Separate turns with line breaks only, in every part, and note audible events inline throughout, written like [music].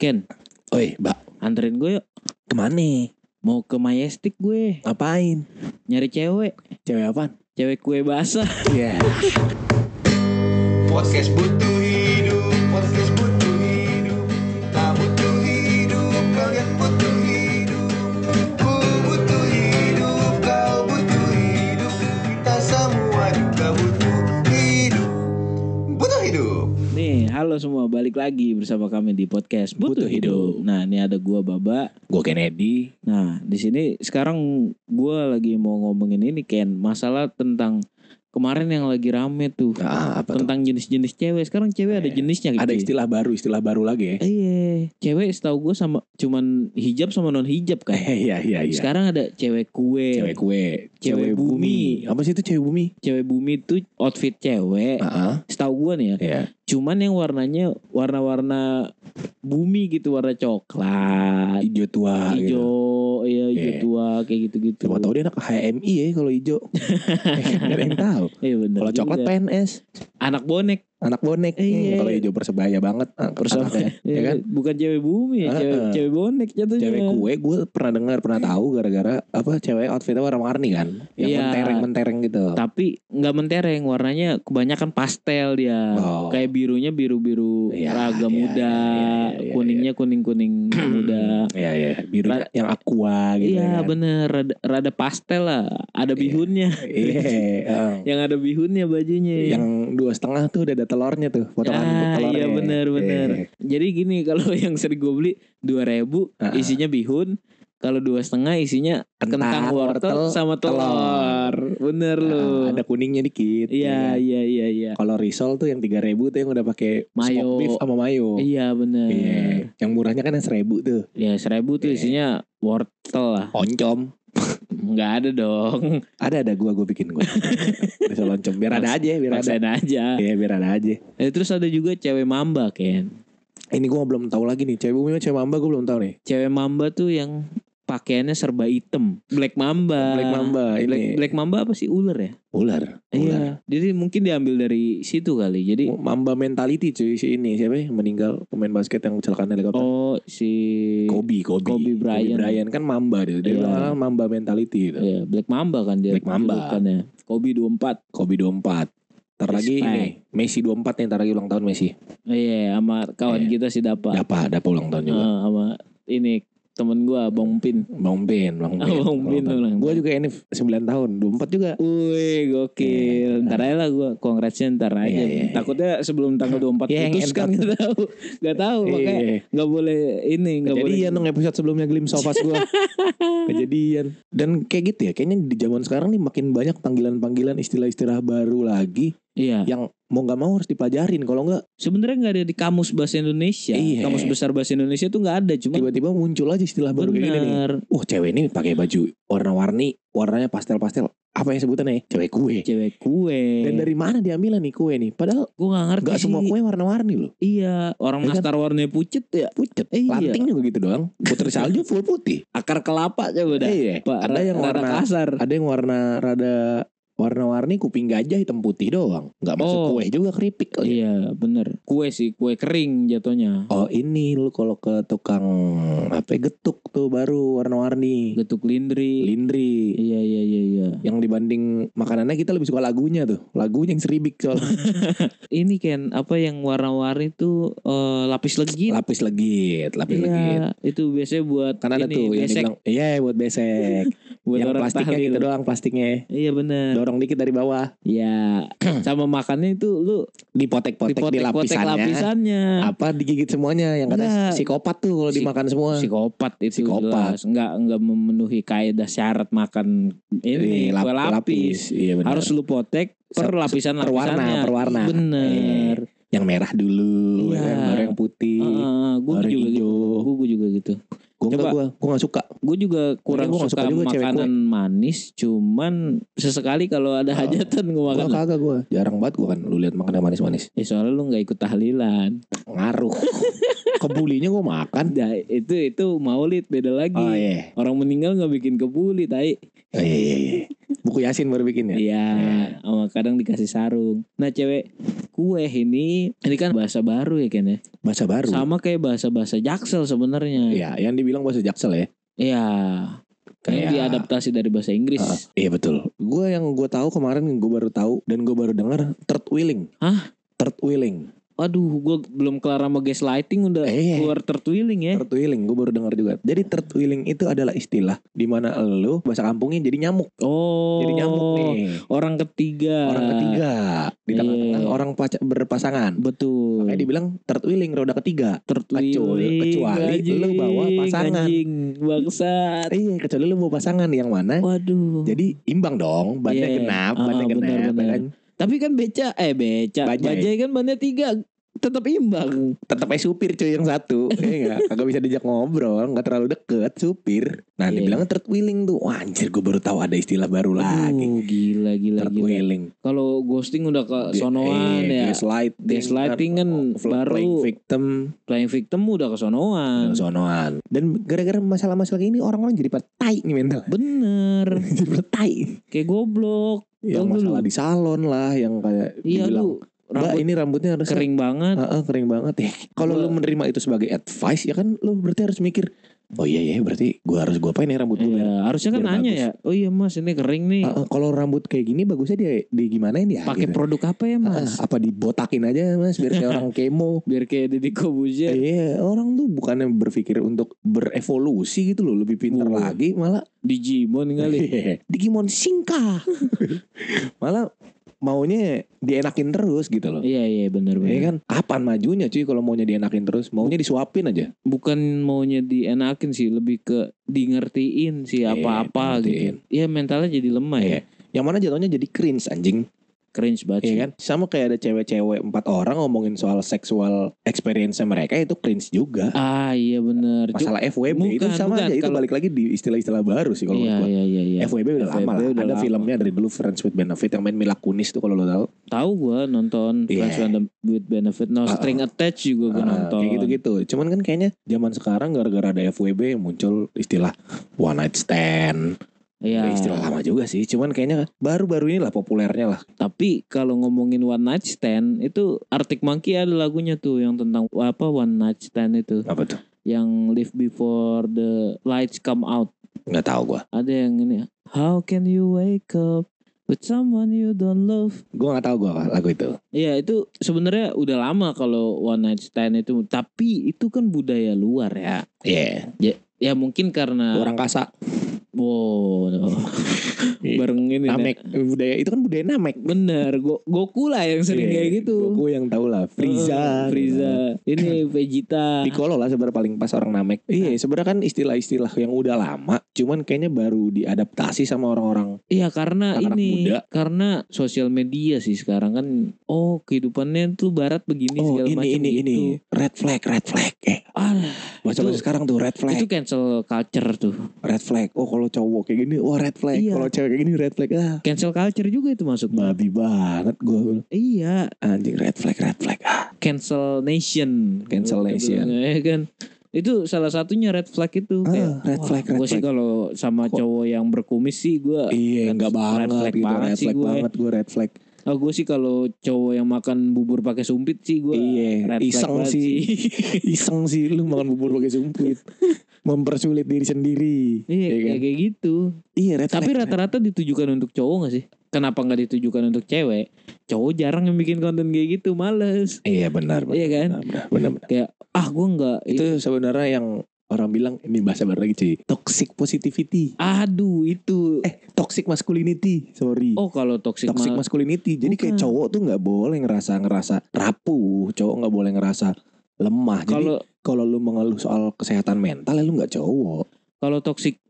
Ken,
Oi, Mbak,
anterin gue yuk.
kemana?
Mau ke Majestic gue,
Ngapain?
nyari cewek,
Cewek apaan?
cewek kue
[laughs]
basah.
Iya.
Podcast butuh hidup, podcast butuh hidup. Kita butuh hidup, kalian butuh hidup. Ku butuh hidup, kau butuh hidup. Kita semua juga butuh hidup. Butuh hidup.
Nih, halo semua, balik lagi bersama kami di podcast Butuh,
Butuh
Hidup.
Hidup.
Nah, ini ada gue Baba.
Gue Kennedy.
Nah, di sini sekarang gue lagi mau ngomongin ini Ken, masalah tentang kemarin yang lagi rame tuh.
Ah, apa tuh?
tentang jenis-jenis cewek. Sekarang cewek ada
Eh,
jenisnya gitu.
Ada istilah baru, istilah baru lagi ya.
Iya, cewek setahu gue sama cuman hijab sama non hijab kan.
[laughs] Iya, iya, iya.
Sekarang ada cewek kue.
Cewek kue,
Cewek bumi.
Apa sih itu cewek bumi?
cewek bumi itu outfit cewek
Heeh.
setahu gue nih ya
Iya.
cuman yang warnanya warna-warna bumi gitu warna coklat
Ijo tua gitu.
hijau iya hijau
Iya.
tua kayak gitu-gitu
Siapa tahu dia anak HMI ya kalau
[laughs]
ijo. Gak ada yang tahu.
iya bener
Kalau
juga.
coklat PNS,
anak bonek
anak bonek.
Iya.
Kalau ijo persebaya banget, anak
bersama
anaknya, ya
Iya,
kan?
bukan cewek bumi ya
Ah,
cewek,
ah.
cewek bonek jatuhnya
Cewek kue gue pernah dengar, pernah tahu gara-gara apa cewek outfitnya warna-warni kan. Yang
Iya.
mentereng-mentereng gitu.
tapi nggak mentereng warnanya kebanyakan pastel dia
Oh.
kayak birunya biru-biru
Iya,
raga
iya,
muda
iya, iya, iya,
kuningnya kuning-kuning muda
Iya, iya. Biru
Ra-
yang aqua
iya
gitu ya kan.
bener rada, rada pastel lah ada
Iya.
bihunnya
Iya. heeh.
yang ada bihunnya bajunya
yang dua setengah tuh udah ada telurnya tuh potongan
Iya. Ah,
telurnya.
iya benar benar.
Iya.
Jadi gini kalau [laughs] yang sering gue beli dua ribu
Ah.
isinya bihun, kalau dua setengah isinya
Kentang,
kentang wortel
wortel,
sama telur.
telur.
Bener loh.
Ah, ada kuningnya dikit.
Iya
ya kan.
iya iya iya.
Kalau risol tuh yang 3000 tuh yang udah pakai
Mayo.
smoked beef sama mayo.
Iya bener.
Oh. Iya. Yang murahnya kan yang 1000 tuh.
Ya seribu tuh
Iya.
isinya wortel lah.
Oncom.
Nggak ada
[laughs]
dong.
Ada ada gua gua bikin
[laughs]
gua. risol oncom biar ada aja, biar ada.
Paksain aja.
Iya, biar ada aja.
Eh, terus ada juga cewek mamba Ken.
Ini gua belum tahu lagi nih. Cewek bumi sama cewek mamba gua belum tahu nih.
Cewek mamba tuh yang pakaiannya serba hitam. Black mamba.
Ah, Black mamba ini.
Black, Black mamba apa sih ular ya?
Ular. Ular.
Iya, jadi mungkin diambil dari situ kali. Jadi
Mamba mentality cuy si ini siapa yang meninggal pemain basket yang kecelakaan helikopter.
oh si
Kobe, Kobe,
Kobe Bryant.
kan Mamba dia, dia
Iya.
bilang, "Ah, Mamba mentality itu.
ya, Black Mamba kan dia.
Black Mamba.
julukannya. Kobe 24.
Kobe 24. Ntar lagi
Respect.
ini Messi 24 nih, ntar lagi ulang tahun Messi.
Iya, sama kawan
Iya.
kita si Dapa.
Dapa, Dapa ulang tahun juga.
Eh, sama ini temen gua Bang Pin.
Bang Ben, [laughs] Bang Ben.
Bang Pin ulang
Gue juga ini 9 tahun, 24 juga.
Wih, gokil. Ntar aja lah gua kongresnya ntar aja.
Iya, iya, iya.
Takutnya sebelum tanggal 24
Iya, yang
putus kan
enak.
enggak tahu. Enggak tahu makanya
Iya.
enggak boleh ini, enggak boleh.
Kejadian dong episode sebelumnya Glim Sofas
[laughs]
gue Kejadian Dan kayak gitu ya Kayaknya di zaman sekarang nih Makin banyak panggilan-panggilan Istilah-istilah baru lagi
Iya.
Yang mau nggak mau harus dipelajarin Kalau nggak
Sebenarnya nggak ada di kamus bahasa Indonesia.
Iya.
Kamus besar bahasa Indonesia tuh nggak ada, cuma
tiba-tiba muncul aja istilah baru kayak gini nih
benar.
Wah cewek ini pakai baju warna-warni, warnanya pastel-pastel. Apa yang sebutannya? ya? Cewek kue.
Cewek kue.
Dan dari mana diambilnya nih kue nih? Padahal
gue nggak ngerti
nggak
sih.
semua kue warna-warni loh.
Iya, orang
Ya kan?
nastar warnanya pucet ya.
Pucet.
Eh, iya.
Lanting juga gitu doang. Putri salju full putih.
Akar kelapa coba dah.
Iya.
Pak,
Ada yang
rada
warna,
kasar.
ada yang warna rada warna-warni kuping gajah hitam putih doang. Nggak masuk
Oh.
kue juga keripik kali.
Iya, bener. Kue sih, kue kering jatuhnya.
Oh ini lu kalau ke tukang apa ya, getuk tuh baru warna-warni.
Getuk lindri.
Lindri.
Iya, iya, iya, iya.
Yang dibanding makanannya kita lebih suka lagunya tuh. Lagunya yang seribik soalnya.
Ini Ken, apa yang warna-warni tuh eh, lapis legit.
lapis legit, lapis legit.
Iya, itu biasanya buat
Karena ada
ini,
tuh yang
besek,
dibilang, iya buat besek.
[laughs] buat
yang
orang
plastiknya
tahlil.
gitu doang, plastiknya.
Iya bener.
Dorong dikit dari bawah, [clears throat]
Iya, sama makannya itu lu
dipotek-potek di
dipotek-potek
lapisannya.
lapisannya.
Apa digigit semuanya yang
Nggak.
kata psikopat tuh kalau
Psik-
dimakan semua.
psikopat itu jelas
Psikopat.
nggak nggak memenuhi kaedah syarat makan ini
Iya, lap-
kue lapis.
Iya benar.
harus lu potek per
Se-
lapisan
per warna,
lapisannya
per warna.
bener
Iya. yang merah dulu,
Iya.
ya kan, baru yang putih,
gue
baru yang
juga gitu
hijau.
gue juga gitu
Gue enggak
Coba.
gue, gue enggak suka.
gue juga kurang
gua nggak
suka,
suka juga cewek
makanan manis cuman sesekali kalau ada
Oh.
hajatan gue
Gue
makan
kagak gue, jarang banget gue kan lu lihat makanan manis-manis.
Eh, soalnya lu nggak ikut tahlilan [laughs]
Ngaruh. Kebulinya gue makan.
Nah, itu itu maulid beda lagi
Oh iya.
orang meninggal nggak bikin kebuli tai
Oh, iya, iya, iya. Buku Yasin baru bikin ya.
Iya, sama kadang dikasih sarung. Nah, cewek kue ini ini kan bahasa baru ya Ken ya.
Bahasa baru.
Sama kayak bahasa-bahasa Jaksel sebenarnya.
Iya, yang dibilang bahasa Jaksel ya.
Iya. Ini diadaptasi dari bahasa Inggris.
Ah, iya betul. Gue yang gue tahu kemarin gue baru tahu dan gue baru dengar third wheeling.
Hah?
Third wheeling.
Aduh, gue belum kelar sama gaslighting udah
Eh.
keluar tertwiling ya.
Third wheeling gue baru dengar juga. Jadi third wheeling itu adalah istilah di mana lo bahasa kampungnya jadi nyamuk.
Oh.
Jadi nyamuk nih.
Orang ketiga.
Orang ketiga di
Iya.
tengah-tengah
Hmm.
orang paca- berpasangan.
Betul.
Makanya dibilang third wheeling roda ketiga.
tertwiling.
kecuali lu bawa pasangan.
Anjing, bangsat.
Iya, kecuali lu mau pasangan yang mana?
Waduh.
Eh. Jadi imbang dong, bannya
Oh. Iya.
genap,
Ah,
bannya genap,
benar, benar.
ya kan?
Tapi kan beca eh beca.
Bajai.
Bajai kan bannya tiga tetap imbang.
tetap aja supir cuy yang
[laughs]
satu Iya gak? Kagak bisa diajak ngobrol Gak terlalu deket supir Nah
Iya.
dibilang third wheeling tuh Wah anjir gue baru tahu ada istilah baru lagi
Aduh, Mm, gila gila
Third
gila.
wheeling
Kalau ghosting udah ke sonoan
Iya,
ya.
Gaslighting
Gaslighting kan
overplaying
baru.
victim
Playing victim udah ke sonoan.
dan sonoan Nah. Dan gara-gara masalah-masalah ini Orang-orang jadi pada tai nih mental
Bener.
[laughs] Jadi pada tai
Kayak goblok.
Yang
Tau gue
masalah
lu.
di salon lah Yang kayak
Iya
dibilang
lu
Mbak
rambut
ini rambutnya harus
kering banget.
Heeh, kering banget ya. Kalau
Gua-
lu menerima itu sebagai advice ya kan lu berarti harus mikir, oh iya iya berarti gua harus gua apain ya rambut gua
Iya,
merah.
harusnya kan
biar
nanya
bagus. Ah,
ya. Oh iya Mas, ini kering nih.
Heeh, kalau rambut kayak gini bagusnya dia di gimanain ya?
Pakai
gitu.
produk apa ya,
Heeh,
Mas?
apa dibotakin aja Mas biar
[laughs]
kayak orang kemo.
Biar kayak Deddy Kobuzier.
Iya, orang tuh bukannya berpikir untuk berevolusi gitu loh, lebih pintar
Wow.
lagi malah
Digimon
[laughs] Iya.
kali.
Digimon Singka.
[laughs]
malah maunya dienakin terus gitu loh.
Iya iya benar
Iya
benar.
kan kapan majunya cuy kalau maunya dienakin terus, maunya disuapin aja.
Bukan maunya dienakin sih, lebih ke di ngertiin sih
Iya,
apa-apa gitu.
ngertiin.
Iya mentalnya jadi lemah ya.
Iya. Yang mana jatuhnya jadi cringe anjing
Cringe banget
Iya
sih.
kan Sama kayak ada cewek-cewek empat orang ngomongin soal seksual experience mereka itu cringe juga
Ah iya benar. Cuk-
Masalah FWB itu
bukan,
sama
bukan.
aja Itu
Kalau-
balik lagi di istilah-istilah baru sih kalau
Iya
menurut gua.
iya iya iya.
FWB udah
FWB
lama lah
udah
Ada
lama.
filmnya dari dulu Friends with Benefit Yang main Mila Kunis tuh kalau lo tau
Tahu gua nonton
Iya.
Friends with Benefit No
Ah, ah.
String Attached juga gua nonton.
Kayak gitu-gitu Cuman kan kayaknya zaman sekarang gara-gara ada FWB muncul istilah One night stand
Iya.
Ya, Istilah lama juga sih Cuman kayaknya baru-baru inilah populernya lah
Tapi kalau ngomongin one night stand itu Arctic Monkey ada lagunya tuh yang tentang apa one night stand itu
Apa tuh?
yang live before the lights come out.
Gak tau gua
Ada yang ini How can you wake up with someone you don't love?
Gua gak tau gua lagu itu
Iya itu sebenarnya udah lama kalau one night stand itu tapi itu kan budaya luar ya.
Iya
Ya mungkin karena
Orang kasa [laughs]
wow
Iya.
bareng ini
Namek budaya itu kan budaya Namek.
Bener, Go- Goku lah yang sering
Iya, gitu
kayak gitu.
Goku yang tahu lah, Frieza, kan.
Eh, Frieza.
[clears throat]
Ini Vegeta.
Piccolo lah sebenarnya paling pas orang Namek.
Nah.
Iya, sebenarnya kan istilah-istilah yang udah lama, cuman kayaknya baru diadaptasi sama orang-orang.
Iya karena
Anak-anak
ini
muda.
karena sosial media sih sekarang kan oh kehidupannya tuh barat begini
Oh,
segala
ini
macam
ini
gitu.
ini red flag, red flag. Eh,
Alah,
bahasa-bahasa
Itu-
sekarang tuh red flag,
itu cancel culture tuh.
red flag. Oh, kalau cowok kayak gini, wah red flag.
Iya.
Kalau cewek kayak gini red flag. Ah,
Cancel culture juga itu masuk.
babi banget gue.
Iya,
Anjing red flag, red flag. Ah,
cancel nation. [laughs]
Cancel nation.
Iya kan. Itu salah satunya red flag itu
Ah,
kayak
red
wah,
flag, red
gua sih
flag.
kalau sama
Kok-
cowok yang berkumis sih gua
Iya,
red-
enggak banget
red flag
gitu.
banget
red
sih
flag
gue.
banget gue red flag.
Oh gue sih kalau cowok yang makan bubur pakai sumpit sih gue
Iya,
red flag
iseng
banget
sih. [laughs] iseng sih lu makan bubur pakai
[laughs]
sumpit. Mempersulit diri sendiri.
Iya
ya kan?
kayak- kayak gitu
Iya, red
Tapi
flag.
rata-rata ditujukan untuk cowok gak sih? Kenapa gak ditujukan untuk cewek? Cowok jarang yang bikin konten kayak gitu Males
Iya, benar, benar.
Iya kan?
benar, Benar, benar, benar.
Ah gue gak
Itu sebenarnya yang orang bilang ini bahasa baru lagi cuy. Toxic positivity.
Aduh itu
Eh, toxic masculinity. Sorry.
Oh kalau toxic,
toxic
mal-
masculinity. Jadi kayak
Bukan.
cowok tuh nggak boleh ngerasa ngerasa rapuh, cowok nggak boleh ngerasa lemah. Jadi
Kalau
kalau lu mengeluh soal kesehatan mental, ya lu nggak cowok.
kalau toxic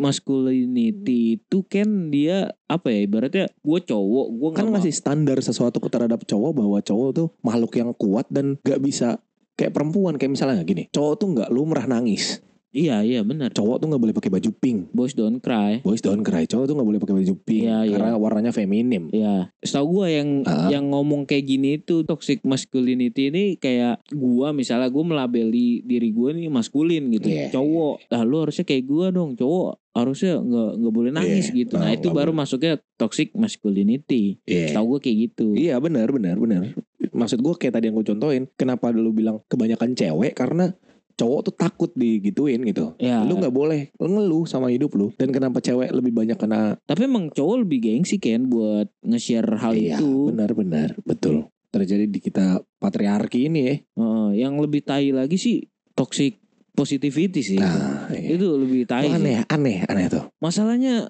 masculinity itu kan dia Apa ya ibaratnya Gue cowok Gue
kan ngasih standar sesuatu ke terhadap cowok bahwa cowok tuh makhluk yang kuat dan gak bisa kayak perempuan kayak misalnya gini cowok tuh nggak lumrah nangis
Iya iya benar
cowok tuh nggak boleh pakai baju pink
Boys don't cry
boys don't cry cowok tuh nggak boleh pakai baju pink
Iya, iya.
karena warnanya feminim
Ya, setahu gua yang
Ah.
yang ngomong kayak gini itu toxic masculinity ini kayak gua misalnya gua melabeli diri gua nih maskulin gitu,
Iya.
cowok. Lah lu harusnya kayak gua dong, cowok. harusnya nggak nggak boleh nangis
Iya,
gitu. Nah
nggak-
itu
nggak
baru masuknya toxic masculinity.
Iya.
Tahu gue kayak gitu.
Iya benar benar benar. Maksud gue kayak tadi yang gue contohin, kenapa lu bilang kebanyakan cewek karena cowok tuh takut digituin gitu.
Ya.
Lu nggak boleh ngeluh sama hidup lu. Dan kenapa cewek lebih banyak kena?
Tapi emang cowok lebih gengsi kan buat nge-share hal
Iya,
itu.
benar benar betul. Terjadi di kita patriarki ini ya.
Heeh, yang lebih tai lagi sih toxic positivity sih.
Nah, iya.
Itu lebih tai. sih.
Itu aneh aneh aneh tuh.
Masalahnya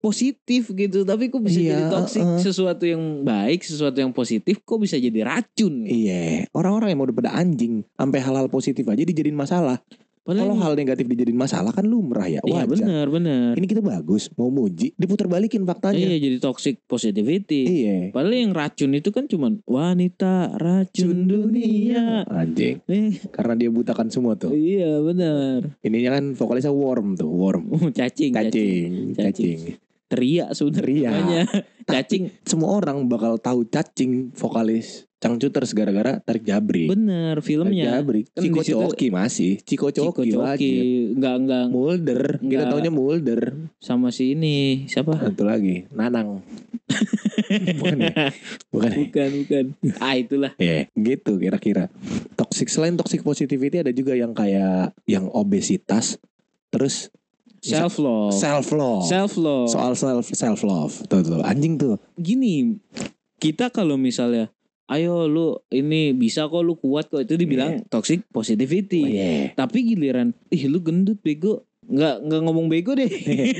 positif gitu, tapi kok bisa
Iya,
jadi toxic
uh-uh.
sesuatu yang baik, sesuatu yang positif kok bisa jadi racun.
Iya, orang-orang yang mau pada anjing, sampai hal-hal positif aja dijadiin masalah. Kalau
yang-
hal negatif dijadiin masalah kan lumrah ya.
Iya
Wajar.
benar benar.
Ini kita bagus, mau muji, diputar balikin faktanya.
Iya jadi toxic positivity.
Iya.
Padahal yang racun itu kan cuman wanita racun dunia. [laughs]
Anjing,
Eh,
karena dia butakan semua tuh.
iya benar.
Ininya kan vokalisnya warm tuh, warm.
Oh, cacing, cacing.
Cacing, Iya,
Cacing.
cacing.
Teriak
Teriak.
sebenarnya. Cacing
Semua orang bakal tahu cacing vokalis Cangcuters gara-gara Tarik Jabri.
bener filmnya.
Tarik Jabri.
Kan
Ciko
di situ-
Coki masih, Ciko
Ciko
Coki wajib.
enggak enggak
Mulder, kita
Enggak.
taunya Mulder.
sama si ini siapa?
Satu lagi,
[laughs]
Nanang. Bukan ya? Bukan ya?
Bukan bukan. Ah itulah.
Iya, gitu kira-kira. Toxic selain toxic positivity ada juga yang kayak yang obesitas, terus Iya.
Self love.
self love.
Self love.
Soal self self love. Tuh tuh, anjing tuh.
gini kita kalau misalnya ayo lu ini bisa kok lu kuat kok itu dibilang toxic positivity
Iya.
tapi giliran ih lu gendut bego nggak nggak ngomong bego deh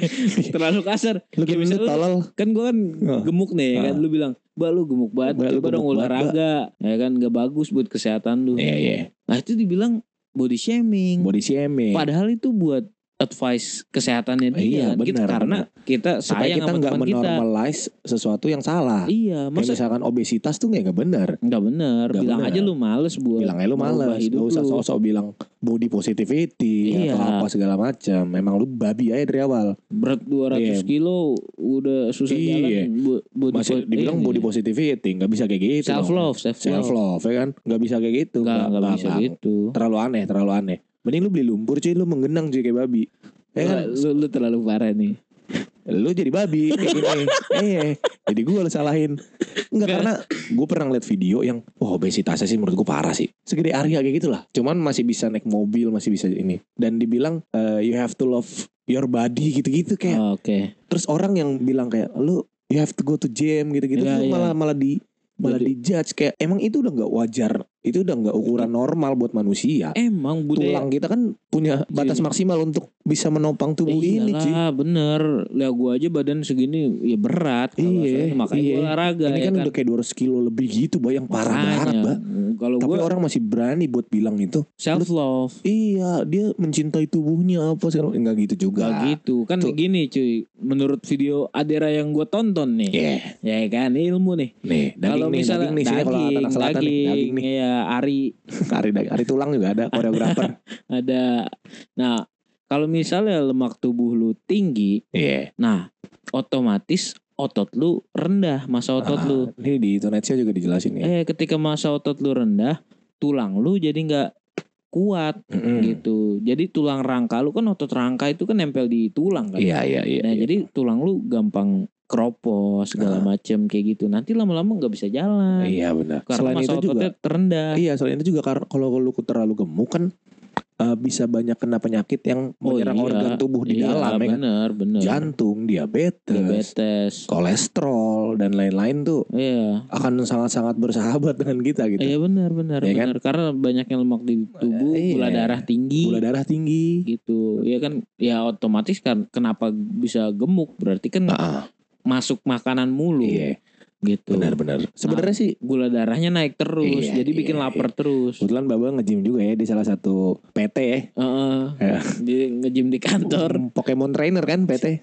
[laughs] terlalu kasar
Lu
Ya,
gimana
misalnya lu-
tolol?
kan gua kan
Iya. Oh.
gemuk nih kan
Ah.
lu bilang mbak lu gemuk banget
Mbak, lu
coba dong
gemuk banget,
olahraga ya kan nggak bagus buat kesehatan lu
Iya, iya.
nah itu dibilang body shaming
Body shaming.
padahal itu buat advice kesehatannya dia kan?
Iya,
kita,
benar,
karena kita
Supaya
sayang
kita
sama
nggak
teman kita
menormalize sesuatu yang salah.
iya
Kayak
masa
misalkan obesitas tuh nggak benar.
Enggak bener,
Nggak
bilang
bener.
aja lu males buat
bilang aja
Iya,
lu
merubah
males
hidup
gak usah
lu.
sok-sok bilang body positivity
Iya.
atau apa segala macam memang lu babi aja dari awal
Berat 200
Iya.
kilo udah susah
Iya.
jalan bu- body iya.
masih
po-
dibilang
ini.
body positivity nggak bisa kayak gitu
self
dong.
love, self
self
love.
love ya kan nggak bisa kayak gitu
Enggak, enggak
Nggak,
Iya. bisa
nggak.
gitu.
terlalu aneh terlalu aneh mending lu beli lumpur cuy lu menggenang cuy kayak babi ya kan
Wah, lu, lu terlalu parah nih.
lu jadi babi kayak
[laughs]
gini eh jadi gue lu salahin Enggak
Nggak.
karena gue pernah ngeliat video yang wah obesitasnya sih menurut gue parah sih segede Arya kayak gitulah cuman masih bisa naik mobil masih bisa ini dan dibilang eh, you have to love your body gitu-gitu kayak
Oke.
terus orang yang bilang kayak lu you have to go to gym gitu-gitu
Iya,
tuh
iya.
malah malah di malah
Jadi-
di judge kayak emang itu udah nggak wajar itu udah nggak ukuran normal buat manusia
Emang budaya
tulang kita kan punya batas
Iya.
maksimal untuk bisa menopang
Eh,
tubuh ini cuy
iyalah, bener. Ya gua aja badan segini ya berat. kalau
Iya,
soalnya makanya
iya.
gua olahraga
Ini
ya
kan, udah kayak 200 kilo lebih gitu Bayang parah banget
Makanya.
bah
Kalau
Tapi
gua
orang masih berani buat bilang itu
self love.
Iya dia mencintai tubuhnya apa segala Enggak gitu juga
Gak gitu kan
Tuh.
gini cuy Menurut video Adera yang gua tonton nih
Iya
Ya kan ilmu nih
Nih daging
kalau
nih
misalnya
Daging nih sini kalau anak selatan nih Daging nih
ya Ari
[laughs] Ari, daging, Ari tulang juga ada
[laughs]
Koreografer
ada. Nah, kalau misalnya lemak tubuh lu tinggi,
Iya
nah otomatis otot lu rendah, masa otot lu.
Ah, [laughs] Ini di Indonesia juga dijelasin ya
Eh, ketika masa otot lu rendah, tulang lu jadi nggak kuat
Mm-mm.
gitu. Jadi tulang rangka lu kan otot rangka itu kan nempel di tulang kan.
Iya iya iya
nah,
iya. Ah.
jadi tulang lu gampang keropos segala macem kayak gitu. Nanti lama-lama nggak bisa jalan.
Iya
eh,
benar
Karena
Selain
masa
itu juga
ototnya kan terendah.
Iya selain itu juga karena kalau lu terlalu gemuk kan eh, bisa banyak kena penyakit yang
Oh,
menyerang
iya.
organ tubuh di
Iya,
dalam ya kan?
bener, bener.
jantung, diabetes,
diabetes.
kolesterol dan lain-lain tuh
Iya,
akan sangat-sangat bersahabat [laughs] dengan kita gitu.
iya benar benar
Iya kan?
benar karena banyaknya lemak di tubuh,
Eh, iya.
gula darah tinggi
Gula darah tinggi.
gitu. Ya kan ya otomatis kan kenapa bisa gemuk berarti kan
Heeh.
masuk makanan mulu
Ah. Iya,
gitu.
benar-benar. Sebenarnya sih
Gula darahnya naik terus,
Iya,
jadi bikin
iya,
lapar terus.
kebetulan Baba nge-gym juga ya di salah satu PT ya.
Heeh.
Iya.
Jadi nge-gym di kantor.
Pokemon trainer kan
[laughs]
PT.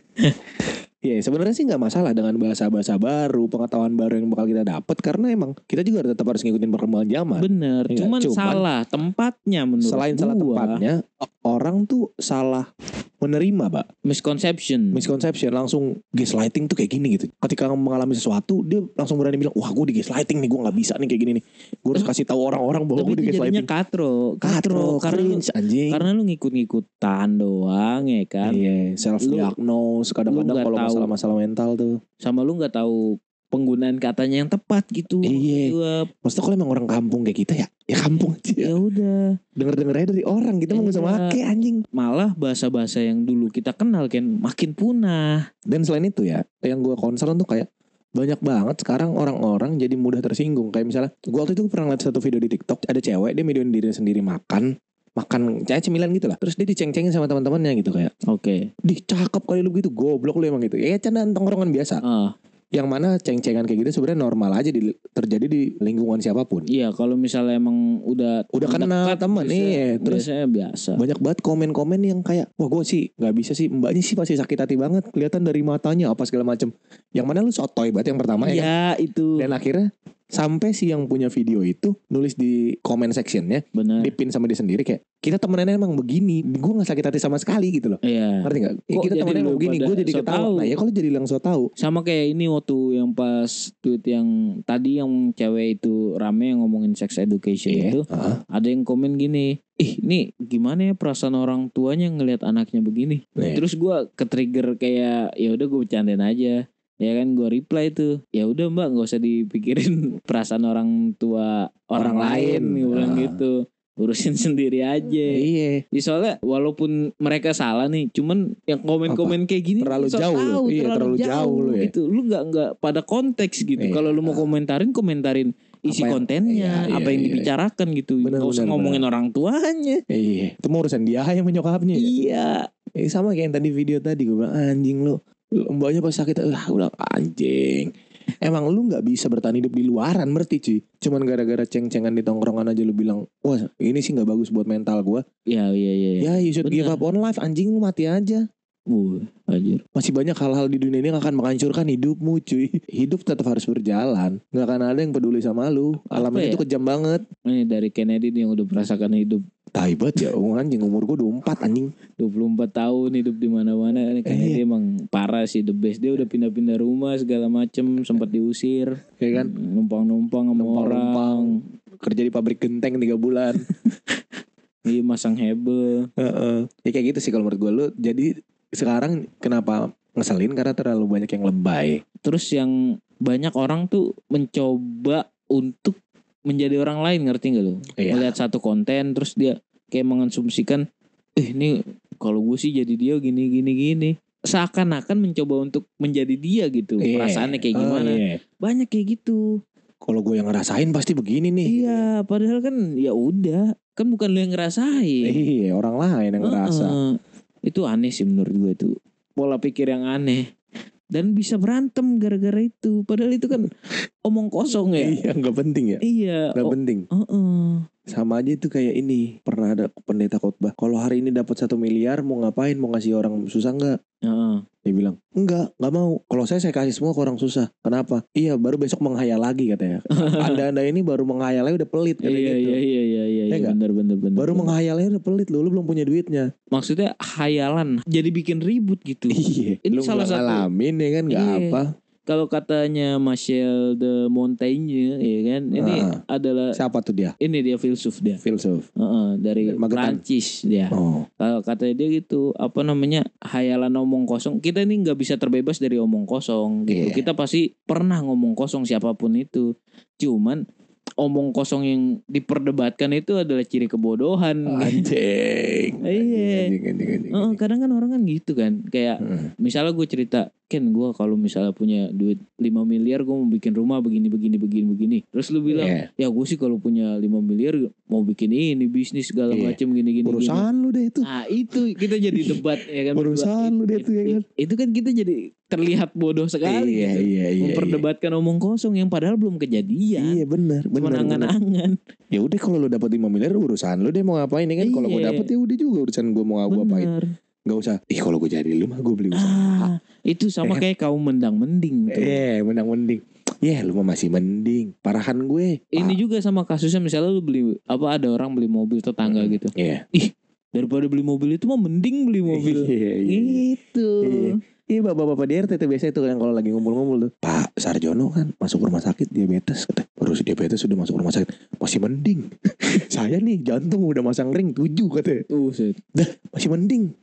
Iya, sebenarnya sih nggak masalah dengan bahasa-bahasa baru, pengetahuan baru yang bakal kita dapat karena emang kita juga tetap harus ngikutin perkembangan zaman.
Bener,
Iya,
cuman,
cuman-
salah tempatnya menurut
Selain salah
gua.
tempatnya, o- orang tuh salah menerima, Pak.
misconception
Misconception langsung gaslighting tuh kayak gini gitu. Ketika kamu mengalami sesuatu, dia langsung berani bilang, "Wah, gue di gaslighting nih, gue nggak bisa nih kayak gini nih. Gue harus kasih tahu orang-orang
Eh,
bahwa
tapi
gue di
itu jadinya
gaslighting."
katro katro,
Oh, Katro,
karena lu,
cringe, anjing.
karena lu ngikut-ngikutan doang ya kan
Iya, self diagnose kadang-kadang
lu nggak
kalau
tahu.
masalah-masalah mental tuh.
sama lu nggak tahu penggunaan katanya yang tepat gitu
Iya.
Gua,
Maksudnya kalau emang orang kampung kayak kita ya, ya kampung aja.
ya udah
Denger-denger aja dari orang, kita mau nggak
Iya.
usah make anjing.
malah bahasa-bahasa yang dulu kita kenal kan makin punah
Dan selain itu ya, yang gue concern tuh kayak banyak banget sekarang orang-orang jadi mudah tersinggung. Kayak misalnya, gue waktu itu pernah ngeliat satu video di TikTok, ada cewek dia videoin dirinya sendiri makan, makan kayak cemilan gitu lah. Terus dia diceng-cengin sama teman-temannya gitu kayak,
oke
"Dih, cakep kali lu gitu, goblok lu emang gitu." Ya candaan tongkrongan biasa.
Ah,
Yang mana ceng-cengan kayak gitu sebenarnya normal aja di- terjadi di lingkungan siapapun.
iya kalau misalnya emang udah
Udah kenal
dekat,
teman,
biasanya-
iya, terus-
biasanya biasa
Banyak banget komen-komen yang kayak, "Wah, gue sih nggak bisa sih, mbaknya sih pasti sakit hati banget, kelihatan dari matanya apa segala macem." Yang mana lu sotoy banget yang pertama ya kan?
ya itu
Dan akhirnya sampai si yang punya video itu nulis di comment sectionnya,
benar
dipin sama dia sendiri kayak kita temenannya emang begini, gue nggak sakit hati sama sekali gitu loh.
Iya.
Ngerti nggak? Ya,
Kok
kita
jadi
temenannya
lu
emang begini,
pada
gue jadi
so
ketawa.
tahu?
Nah ya kalau jadi langsung tahu,
Sama kayak ini waktu yang pas tweet yang tadi yang cewek itu rame yang ngomongin sex education
Iya.
itu
Heeh.
ada yang komen gini, ih ini gimana ya perasaan orang tuanya ngelihat anaknya begini.
Iya.
Terus gua ke trigger kayak ya udah gue bercandain aja. Ya kan gua reply tuh, ya udah mbak nggak usah dipikirin [laughs] perasaan orang tua orang,
Orang
lain,
lain.
Gua bilang
Ah.
gitu, urusin sendiri aja.
iya,
Ya, soalnya walaupun mereka salah nih, cuman yang komen-komen kayak gini
Terlalu
so
jauh lu.
tahu,
Iya, terlalu jauh lu ya.
gitu. Lu nggak nggak pada konteks gitu.
Iya.
Kalau lu mau komentarin, komentarin isi
Apa yang-
kontennya,
iya, iya,
apa yang
iya.
dibicarakan gitu.
Benar,
Nggak usah
benar,
ngomongin orang tuanya.
iya. Itu mau urusan dia yang menyokapnya. ya.
Iya.
Eh, sama kayak yang tadi video tadi gue bilang anjing lu, lu mbaknya pas sakit, lah gue bilang anjing. Emang lu nggak bisa bertahan hidup di luaran berarti cuy. Cuman gara-gara ceng-cengan di tongkrongan aja lu bilang, wah ini sih nggak bagus buat mental gue.
Iya, iya, iya. iya.
Ya you should give
Bener.
up on life Anjing lu mati aja
Wuh, anjir.
Masih banyak hal-hal di dunia ini yang akan menghancurkan hidupmu cuy Hidup tetap harus berjalan Gak akan ada yang peduli sama lu Alam
Apa
ini
ya?
tuh kejam banget
Ini dari Kennedy nih yang udah merasakan hidup
Taibat ya umur anjing Umur gue 24 anjing
24 tahun hidup di mana-mana. Ini
Eh,
Kennedy
iya.
emang parah sih the best. Dia udah pindah-pindah rumah segala macem, sempat diusir,
Ya kan
numpang-numpang sama
Numpang-numpang.
orang.
Kerja di pabrik genteng 3 bulan
Iya masang hebel
Heeh. Ya kayak gitu sih kalau menurut gue lu Jadi sekarang kenapa ngeselin Karena terlalu banyak yang lebay
Terus yang banyak orang tuh mencoba untuk menjadi orang lain ngerti gak lu?
Iya.
Melihat satu konten terus dia kayak mengonsumsikan eh ini kalau gue sih jadi dia gini gini gini seakan-akan mencoba untuk menjadi dia gitu
Iya.
perasaannya kayak
Oh,
gimana
iya.
banyak kayak gitu
Kalau gue yang ngerasain pasti begini nih
iya padahal kan ya udah kan bukan lu yang ngerasain
Iya orang lain yang ngerasa
Heeh. itu aneh sih menurut gue itu pola pikir yang aneh dan bisa berantem gara-gara itu padahal itu kan omong kosong ya
Iya nggak penting ya
iya
Gak
oh,
penting
heeh.
sama aja itu kayak ini pernah ada pendeta khotbah kalau hari ini dapat satu miliar mau ngapain mau ngasih orang susah nggak
Heeh.
dia bilang enggak nggak mau kalau saya saya kasih semua ke orang susah kenapa iya baru besok menghayal lagi katanya
[laughs]
anda anda ini baru menghayalnya udah pelit
iya,
katanya gitu
iya iya iya iya
Ya
iya
nggak?
benar benar benar
baru
benar.
menghayalnya udah pelit lu lu belum punya duitnya
maksudnya khayalan jadi bikin ribut gitu
[laughs] iya
Ini
lu
salah
nggak
satu-
ngalamin ya kan nggak
Iya.
apa
kalau katanya Michel de Montaigne ya kan ini
Heeh.
adalah
siapa tuh dia
ini dia filsuf dia
filsuf
[laughs] Heeh, dari
Magetan.
Prancis dia
oh
Kalau Eh, kata dia gitu, apa namanya hayalan omong kosong. Kita ini nggak bisa terbebas dari omong kosong gitu.
Iya.
Kita pasti pernah ngomong kosong siapapun itu. Cuman omong kosong yang diperdebatkan itu adalah ciri kebodohan.
Hmm, Ah, anjing
[laughs] Iya.
anjing anjing anjing, Hmm.
Heeh,
anjing.
kadang kan orang kan gitu kan. Kayak
Heeh.
misalnya gue cerita, Ken gue kalau misalnya punya duit 5 miliar gue mau bikin rumah begini begini begini begini. Terus lu bilang,
Iya.
ya gue sih kalau punya 5 miliar mau bikin ini bisnis segala
Iya.
macem gini gini. gini.
urusan lu deh itu
Nah itu kita jadi debat ya kan.
Urusan lu deh tuh, ya kan?
Itu kan kita jadi terlihat bodoh sekali
iya,
gitu.
iya, iya, iya.
Memperdebatkan omong kosong yang padahal belum kejadian.
Iya benar,
Cuma
benar. benar.
angan-angan.
Ya udah kalau lu dapat 5 miliar urusan lu deh mau ngapain ya kan. Kalau gue
Iya.
dapat ya udah juga urusan gue mau gua apain.
Bener.
Gak usah. Ih kalau gue jadi lu mah gue beli
Ah,
usaha.
itu sama
Ya kan?
kayak kaum gitu. mendang-mending tuh.
Eh, menang mending. Ya lu mah masih mending. Parahan gue.
Ini
Ah,
juga sama kasusnya misalnya lu beli apa ada orang beli mobil tetangga
Mm.
gitu.
Iya.
daripada beli mobil itu mah mending beli mobil
Iya, iya, iya.
gitu
Iya. Iya bapak-bapak di RT tuh biasanya tuh kadang kalau lagi ngumpul-ngumpul tuh Pak Sarjono kan masuk rumah sakit diabetes kata Baru si diabetes sudah masuk rumah sakit Masih mending [laughs] Saya nih jantung udah masang ring 7 kata
Buset.
Masih mending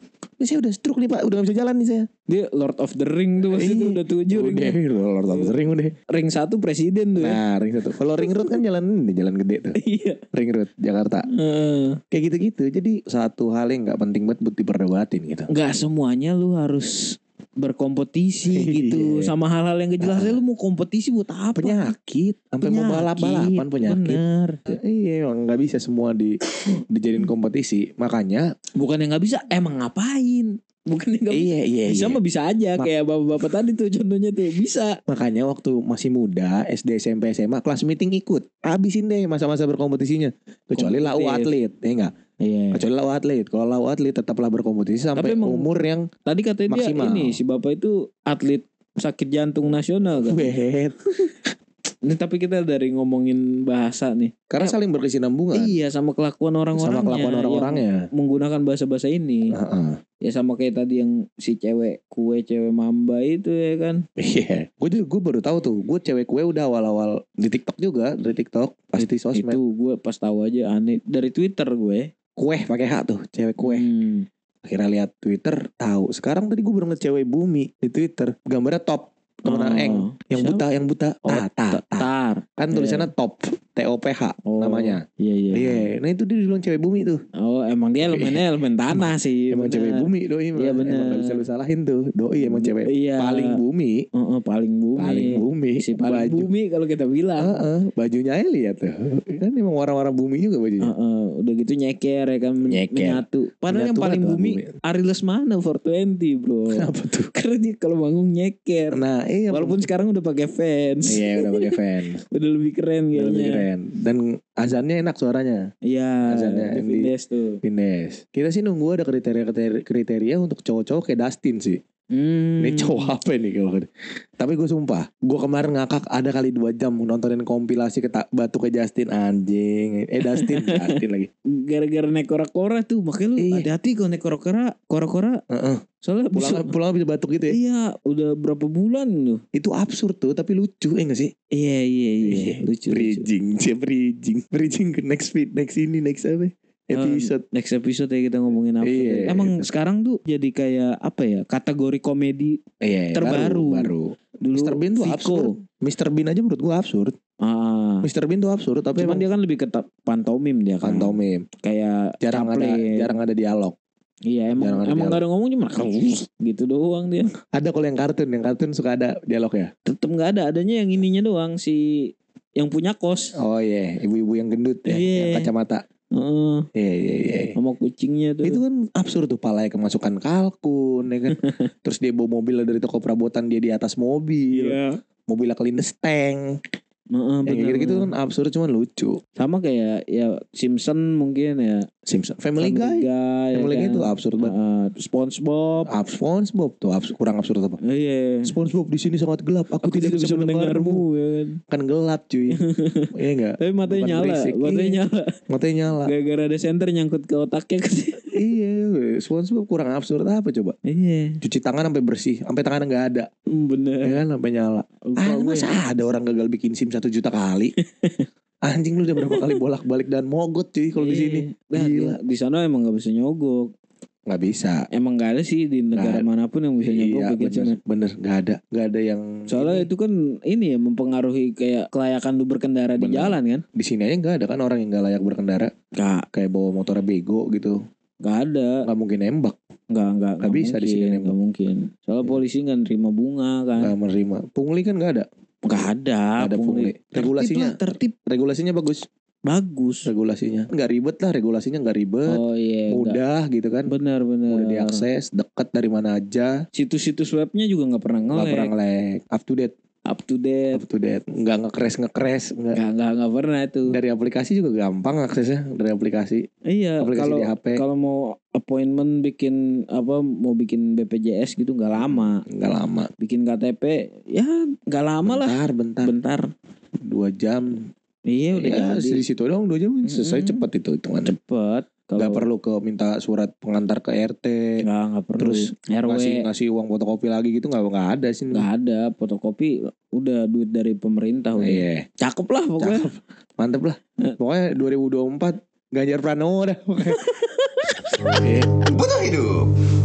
Ini saya udah stroke nih pak Udah gak bisa jalan nih saya
dia Lord of the Ring tuh pasti
Iya.
tuh udah tujuh
Udah
ring.
Lord of the ring udah
ring satu presiden tuh ya.
Nah ring satu Kalau ring road kan jalan di jalan gede tuh
iya
Ring road Jakarta
Heeh.
Kayak gitu-gitu Jadi satu hal yang gak penting banget buat diperdebatin gitu
nggak semuanya lu harus
[laughs]
berkompetisi
Iya.
gitu sama hal-hal yang gak jelas aja lu mau kompetisi buat apa
Penyakit Sampai mau balap-balapan penyakit
bener
Iya emang gak bisa semua di dijadiin kompetisi Makanya
bukan yang nggak bisa emang ngapain bukan yang nggak
Iya iya
bisa
iya
mah bisa aja
Ma-
kayak bapak-bapak tadi tuh contohnya tuh bisa
Makanya waktu masih muda SD SMP SMA Kelas meeting ikut Habisin deh masa-masa berkompetisinya Kecuali lau
Kompetitif.
atlet Ya enggak
iya
Kecuali lau atlet Kalau lau atlet tetaplah berkompetisi Sampai
Tapi emang-
umur yang
tadi katanya
Maksimal.
dia ini si bapak itu atlet sakit jantung nasional
Iya.
kan
Bet
Ini tapi kita dari ngomongin bahasa nih
Karena saling berkesinambungan
iya sama kelakuan orang-orangnya iya.
Sama kelakuan
yang
orang-orangnya
menggunakan bahasa-bahasa ini
Heeh.
ya sama kayak tadi yang si cewek kue cewek mamba itu ya kan
Iya, gue juga gue baru tahu tuh, gue cewek gue udah awal-awal di TikTok juga, dari TikTok pasti sosmed.
itu gue pas tahu aja aneh dari twitter gue
Kue pakai hak tuh, cewek kue.
Hmm.
Akhirnya lihat Twitter, tahu. Sekarang tadi gue baru ngeliat cewek bumi di Twitter, gambarnya top temenan
Oh.
Eng, yang
Siapa?
buta, yang buta.
Oh,
Ah, ta, ta.
tar
Kan tulisannya top, T O P H
Oh,
namanya.
iya iya
Iya, nah itu dia bilang cewek bumi tuh.
oh emang dia elemennya elemen tanah sih
emang
bener.
cewek bumi doi, emang,
Iya,
emang
bener.
gak bisa lu salahin tuh. Doi emang cewek
iya.
paling bumi,
Oh, oh, paling bumi
paling bumi,
si paling
baju.
bumi kalau kita bilang
Heeh, bajunya aja lihat tuh. Kan emang orang-orang bumi juga bajunya.
Oh, oh, udah gitu nyeker ya kan men-
Nyeker.
menyatu padahal yang
Menyatu
paling
kan tuh
bumi
bumi.
Ari Lesmana 420 bro
[laughs] Kenapa tuh?
karena dia kalau bangun nyeker
Nah, iya.
walaupun sekarang udah pakai fans
iya udah pakai fan.
udah lebih keren
Udah lebih
kayaknya
keren. Dan azannya enak suaranya.
iya
Azannya
di
yang di-
Vindes tuh
Pines. Kita sih nunggu ada kriteria kriteria, kriteria untuk cowok-cowok kayak Dustin sih.
Hmm.
Ini cowok apa nih kalau Tapi gue sumpah, gue kemarin ngakak ada kali dua jam nontonin kompilasi keta- batu ke Justin anjing. Eh [laughs] Dustin, Dustin lagi.
gara-gara naik kora-kora tuh makanya lu
Iya.
hati-hati kalau naik kora-kora kora-kora
Heeh.
soalnya
Pulang
bisa-
pulang bisa batuk gitu ya.
[laughs] iya udah berapa bulan lu
Itu absurd tuh, tapi lucu ya gak sih?
iya iya iya lucu, lucu.
Bridging, [laughs] dia bridging, bridging ke next feed, next ini, next apa? Episode.
Oh, next episode ya kita ngomongin apa
Iya.
emang sekarang tuh jadi kayak apa ya kategori komedi
Iya,
Terbaru.
Baru.
dulu
Mr. Bean tuh
Vico.
absurd. Mr. Bean aja menurut gua absurd.
ah
Mr. Bean tuh absurd, tapi
cuman
emang dia
dia kan lebih ke ta- pantomim dia kan
pantomim.
kayak
Jarang ada
Chaplin.
jarang ada dialog.
iya emang
jarang ada
emang
dialog.
gak ada ngomong cuma [laughs] gitu doang dia
Ada kalau yang kartun, yang kartun suka ada dialog ya.
tetep nggak ada adanya yang ininya doang si yang punya kos
Oh iya, ibu-ibu yang gendut ya,
Iya.
yang kacamata.
Heeh,
Iya iya iya. iya.
sama kucingnya tuh
Itu kan absurd tuh palanya kemasukan kalkun ya
[laughs]
kan. Terus dia bawa mobil dari toko perabotan dia di atas mobil.
Iya.
Mobilnya kelindes tank.
Heeh,
Yang
benar.
gitu, gitu kan absurd cuman lucu.
Sama kayak ya Simpson mungkin ya.
Simpson Family, Guy.
ya
Family Guy
kan?
itu absurd banget.
Heeh, SpongeBob.
Abs- SpongeBob tuh abs- kurang absurd apa?
Eh, Iya.
SpongeBob di sini sangat gelap. Aku,
Aku tidak bisa mendengarmu ya kan.
Kan gelap
[laughs]
cuy. iya enggak?
Tapi matanya
Bukan
nyala,
berisik.
matanya
Iya.
nyala.
Matanya nyala.
Gara-gara ada senter nyangkut ke otaknya kan. [laughs]
iya, weh. SpongeBob kurang absurd apa coba?
Iya.
Cuci tangan sampai bersih, sampai tangan enggak ada.
Hmm, Bener.
Ya kan sampai nyala.
Lupa
Ah,
gue. ya.
masa ada orang gagal bikin SIM satu juta
[laughs]
kali? Anjing lu udah berapa kali bolak-balik dan mogot cuy kalau di
Iya.
sini.
Nah,
Gila.
di- di sana emang gak bisa nyogok.
Nggak bisa.
Emang gak ada sih di negara manapun yang bisa nyogok
Iya,
kayak gitu.
bener, bener, nggak ada, nggak ada yang
Soalnya
ini.
itu kan ini ya mempengaruhi kayak kelayakan lu berkendara di
Bener.
jalan kan.
di sini aja nggak ada kan orang yang nggak layak berkendara,
Gak,
kayak bawa motornya bego gitu,
gak ada.
nggak mungkin nembak.
Nggak, nggak,
Nggak bisa di sini
mungkin,
nembak.
nggak mungkin. Soalnya polisi nggak nerima bunga kan.
nggak menerima. Pungli kan nggak ada.
Nggak ada.
Nggak ada pungli. Regulasinya.
Regulasinya tertib,
Regulasinya bagus.
bagus.
Regulasinya nggak ribet lah. Regulasinya nggak ribet.
Oh iya. nggak-
mudah gitu kan.
Benar-benar.
Mudah diakses. Dekat dari mana aja.
Situs-situs webnya juga nggak pernah
Nggak
ngelek.
pernah ngelek. Up to date.
Up to date.
Up to date. Nggak ngekres ngekres. Nggak.
Nggak, nggak, nggak pernah itu.
Dari aplikasi juga gampang aksesnya. Dari aplikasi.
iya.
aplikasi
Kalau
di HP.
kalau mau appointment bikin apa mau bikin BPJS gitu nggak lama.
Nggak lama.
Bikin KTP ya nggak lama lah.
Bentar bentar.
Bentar.
Dua jam.
Iya udah
Ya,
jadi.
Iya,
gitu,
di situ dong dua jam. Selesai
Mm-mm.
cepet itu hitungannya.
Cepet. Kalau-
nggak perlu ke minta surat pengantar ke RT
nggak nggak perlu.
terus
RW
ngasih ngasih uang fotokopi lagi gitu nggak nggak ada sih
nggak ada fotokopi udah duit dari pemerintah
Nah,
udah.
iya
Cakep lah pokoknya.
cakep mantep lah pokoknya 2024 Ganjar Pranowo dah
Butuh hidup